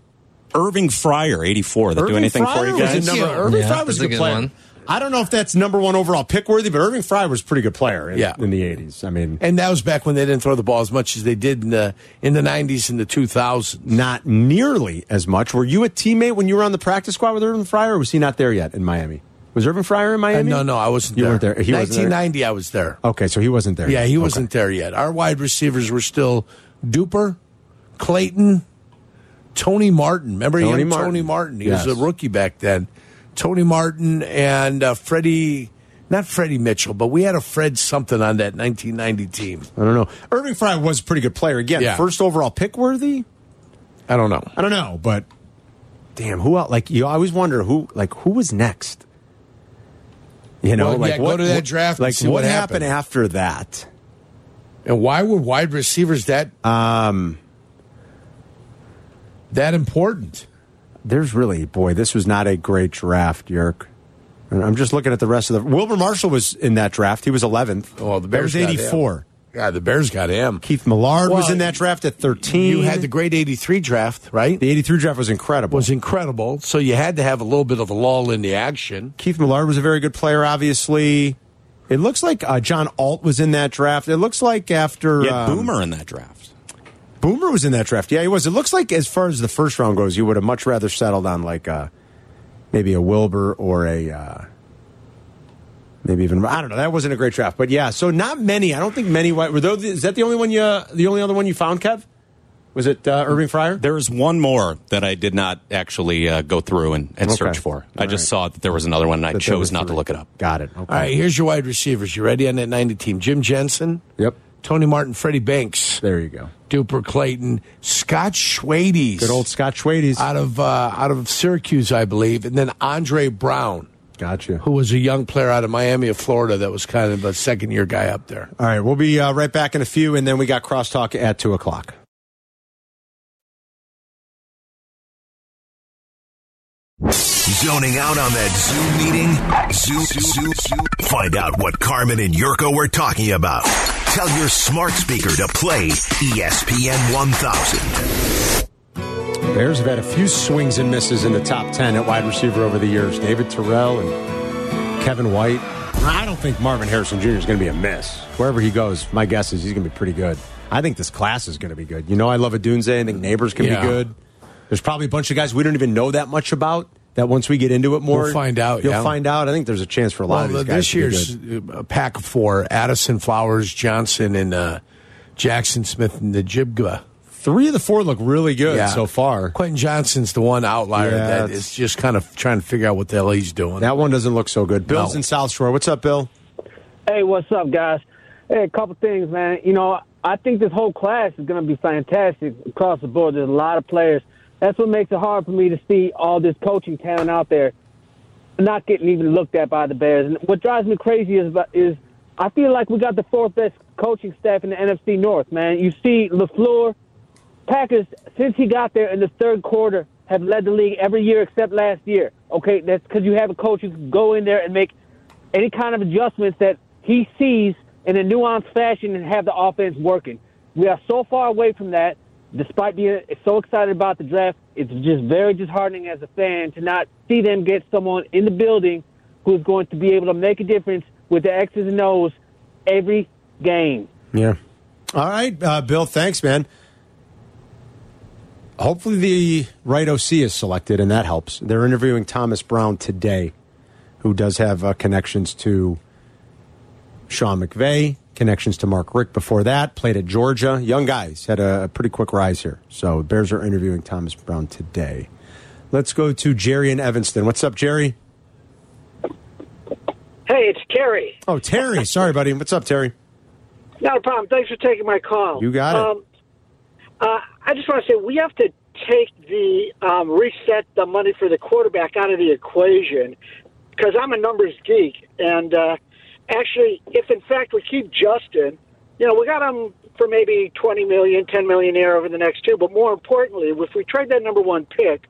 Irving Fryer, 84. That do
Irving
anything
Fryer
for you
was a
guys?
number- Irving Fryer was
that's
a
a
good,
good
player.
one.
I don't know if that's number one overall pick worthy, but Irving Fryer was a pretty good player in,
Yeah.
in the 80s. I mean,
and that was back when they didn't throw the ball as much as they did in the in the '90s and the 2000s.
not nearly as much. Were you a teammate when you were on the practice squad with Irving Fryer, or was he not there yet in Miami? Was Irving Fryer in
Uh,
Miami?
no, no, I wasn't.
You
there.
weren't there. He wasn't there.
1990, I was there.
Okay, so he wasn't there.
Yeah,
yet.
he
Okay.
wasn't there yet. Our wide receivers were still Duper, Clayton, Tony Martin. Remember
Tony
him?
Martin.
Tony Martin. He
Yes.
was a rookie back then. Tony Martin and uh, Freddie, not Freddie Mitchell, but we had a Fred something on that 1990 team.
I don't know. Irving Fryer was a pretty good player. Again,
Yeah.
first overall pick worthy.
I don't know.
I don't know, but damn, who else? Like you always wonder who, like who was next. You know,
Well,
like
yeah, go
what,
to that
what-
draft and
Like
see
what
what
happened
happened.
after that?
And why were wide receivers that
Um,
that important?
there's really boy, this was not a great draft, Yerk. And I'm just looking at the rest of the. Wilbur Marshall was in that draft. He was 11th.
Oh, the
That
Bears
was
got
84.
him. Yeah, the Bears got him.
Keith Millard was
Well,
in that draft at 13.
You had the great 83 draft, right?
the 83 draft was incredible.
was incredible. So you had to have a little bit of a lull in the action.
Keith Millard was a very good player, obviously. It looks like uh, John Alt was in that draft. It looks like after
You had
um,
Boomer in that draft.
Boomer was in that draft. Yeah, he was. It looks like as far as the first round goes, you would have much rather settled on like uh, maybe a Wilbur or a uh, maybe even I don't know. That wasn't a great draft, but yeah. So not many. I don't think many white were those. Is that the only one you? uh, The only other one you found, Kev? Was it uh, Irving Fryer?
There's one more that I did not actually uh, go through and, and
Okay.
search for. I
All
just
right.
saw that there was another one, and I
That there
chose
was
not to
three.
look it up.
Got it. Okay.
All right, here's your wide receivers. You ready on that 90 team? Jim Jensen.
Yep.
Tony Martin, Freddie Banks,
There you go.
Duper Clayton, Scott Schwades.
Good old Scott Schwades.
out of uh, out of Syracuse, I believe, and then Andre Brown,
Gotcha.
who was a young player out of Miami of Florida that was kind of a second year guy up there.
All right, we'll be uh, right back in a few, and then we got crosstalk at two o'clock.
Zoning out on that Zoom meeting? Zoom, Zoom, Zoom. Find out what Carmen and Yurko were talking about. Tell your smart speaker to play ESPN 1000.
Bears have had a few swings and misses in the top 10 at wide receiver over the years. David Terrell and Kevin White. I don't think Marvin Harrison Jr. is going to be a miss. Wherever he goes, my guess is he's going to be pretty good. I think this class is going to be good. You know, I love Adunze. I think Neighbors can
Yeah.
be good. There's probably a bunch of guys we don't even know that much about that once we get into it more,
We'll find out,
You'll
yeah.
find out. I think there's a chance for a lot
well,
of these
the-
guys.
this
to be
year's
good.
uh, a pack of four: Addison, Flowers, Johnson, and uh, Jackson Smith and the Jibga.
Three of the four look really good so
far. Quentin Johnson's the one outlier
Yeah,
that
it's-
is just kind of trying to figure out what the hell he's doing.
that one doesn't look so good. Bill's
No.
in South Shore. What's up, Bill?
Hey, what's up, guys? Hey, a couple things, man. You know, I think this whole class is going to be fantastic across the board. There's a lot of players. That's what makes it hard for me to see all this coaching talent out there not getting even looked at by the Bears. And what drives me crazy is is I feel like we got the fourth best coaching staff in the NFC North, man. You see LaFleur, Packers, since he got there in the third quarter, have led the league every year except last year. Okay, that's because you have a coach who can go in there and make any kind of adjustments that he sees in a nuanced fashion and have the offense working. We are so far away from that, despite being so excited about the draft. It's just very disheartening as a fan to not see them get someone in the building who's going to be able to make a difference with the X's and O's every game.
Yeah. All right, uh, Bill. Thanks, man. Hopefully, the right OC is selected, and that helps. They're interviewing Thomas Brown today, who does have uh, connections to Sean McVay, connections to Mark Rick before that, played at Georgia. Young guys had a, a pretty quick rise here. So, Bears are interviewing Thomas Brown today. Let's go to Jerry in Evanston. What's up, Jerry?
Hey, it's Terry.
Oh, Terry. Sorry, buddy. What's up, Terry?
Not a problem. Thanks for taking my call.
You got it.
Um, uh, I just want to say we have to take the um, reset the money for the quarterback out of the equation because I'm a numbers geek. And uh, actually, if in fact we keep Justin, you know, we got him for maybe 20 million, 10 million there over the next two. But more importantly, if we trade that number one pick,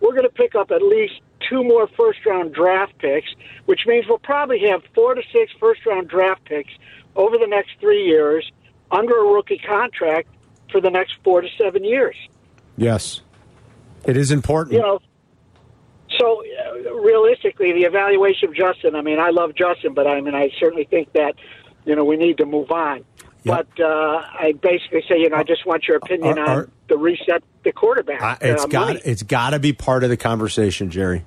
we're going to pick up at least two more first round draft picks, which means we'll probably have four to six first round draft picks over the next three years under a rookie contract for the next four to seven years.
Yes. It is important.
You know, so uh, realistically, the evaluation of Justin. I mean, I love Justin, but I mean, I certainly think that you know we need to move on. But uh, I basically say, you know, I just want your opinion
Are- are-
on the reset the quarterback.
I- It's
uh,
got
money.
it's got to be part of the conversation, Jerry.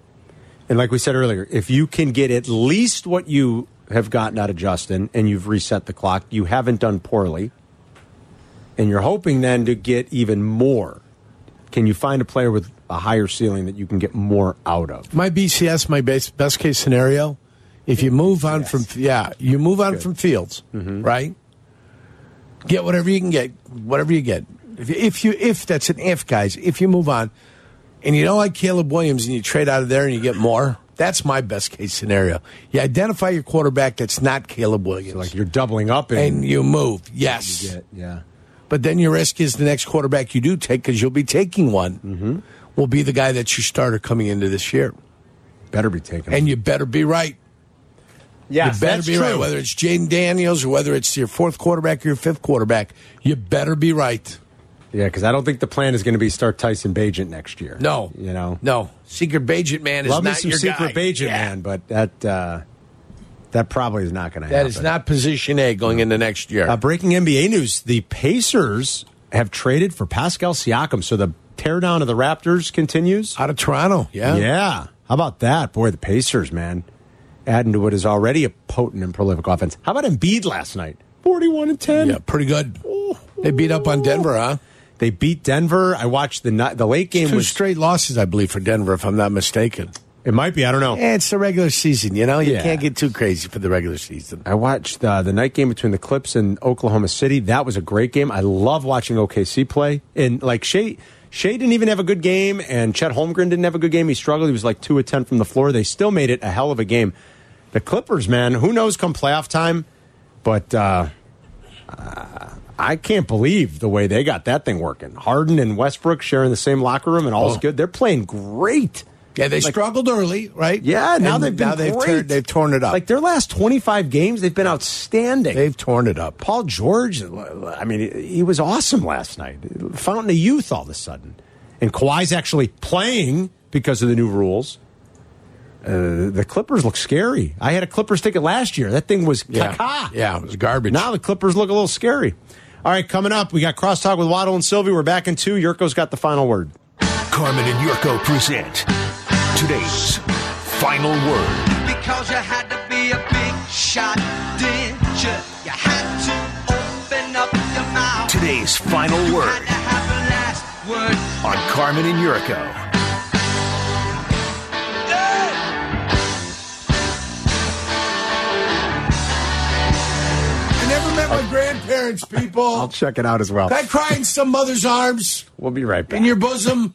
And like we said earlier, if you can get at least what you have gotten out of Justin and you've reset the clock, you haven't done poorly. And you're hoping then to get even more. Can you find a player with a higher ceiling that you can get more out of?
My BCS, my base, best case scenario, if you move on from yeah, you move on from Fields, right? Get whatever you can get, whatever you get. If, if you if that's an if, guys, if you move on, and you don't like Caleb Williams, and you trade out of there and you get more, that's my best case scenario. You identify your quarterback that's not Caleb Williams, like
you're doubling up, in-
and you move. Yes,
You get- yeah.
but then your risk is the next quarterback you do take, because you'll be taking one, will be the guy that's your starter coming into this year.
Better be taken.
And you better be right.
Yes,
you better
that's
be right.
true.
Whether it's Jaden Daniels or whether it's your fourth quarterback or your fifth quarterback, you better be right.
Yeah, because I don't think the plan is going to be start Tyson Bajent next year.
No.
You know?
No. Secret Bajent man is
Love me
not
some
your guy.
secret Bajent man, but that uh, that probably is not going to happen.
That is not position A going into next year.
Uh, breaking NBA news: The Pacers have traded for Pascal Siakam, so the teardown of the Raptors continues
out of Toronto. yeah.
yeah. How about that, boy? The Pacers, man, adding to what is already a potent and prolific offense. How about Embiid last night? Forty-one and ten.
Yeah, pretty good. They beat up on Denver, huh?
They beat Denver. I watched the ni- the late game
Two
was
straight losses, I believe, for Denver, if I'm not mistaken.
It might be. I don't know.
Eh, it's the regular season, you know? You
Yeah.
can't get too crazy for the regular season.
I watched uh, the night game between the Clips and Oklahoma City. That was a great game. I love watching OKC play. And like Shea, Shea didn't even have a good game, and Chet Holmgren didn't have a good game. He struggled. He was like two of ten from the floor. They still made it a hell of a game. The Clippers, man, who knows come playoff time? But uh, uh, I can't believe the way they got that thing working. Harden and Westbrook sharing the same locker room, and all's
Oh.
good. They're playing great.
Yeah, they
Like-
struggled early, right?
Yeah, now
And
they've been
now they've
great.
turned- they've torn it up.
Like their last twenty five games, they've been outstanding.
They've torn it up.
Paul George, I mean, he was awesome last night. Fountain of youth, all of a sudden, and Kawhi's actually playing because of the new rules. Uh, the Clippers look scary. I had a Clippers ticket last year. That thing was
Yeah.
caca.
Yeah, it was garbage.
Now the Clippers look a little scary. All right, coming up, we got crosstalk with Waddle and Sylvie. We're back in two. Yurko's got the final word.
Carmen and Yurko present
Today's final word.
Because you had to be a big shot, didn't you? You had to open up your mouth.
Today's final word
Have the last word.
on Carmen and Yurko.
I never met my grandparents, people.
I'll check it out as well.
I cry in some mother's arms,
We'll be right back.
in your bosom.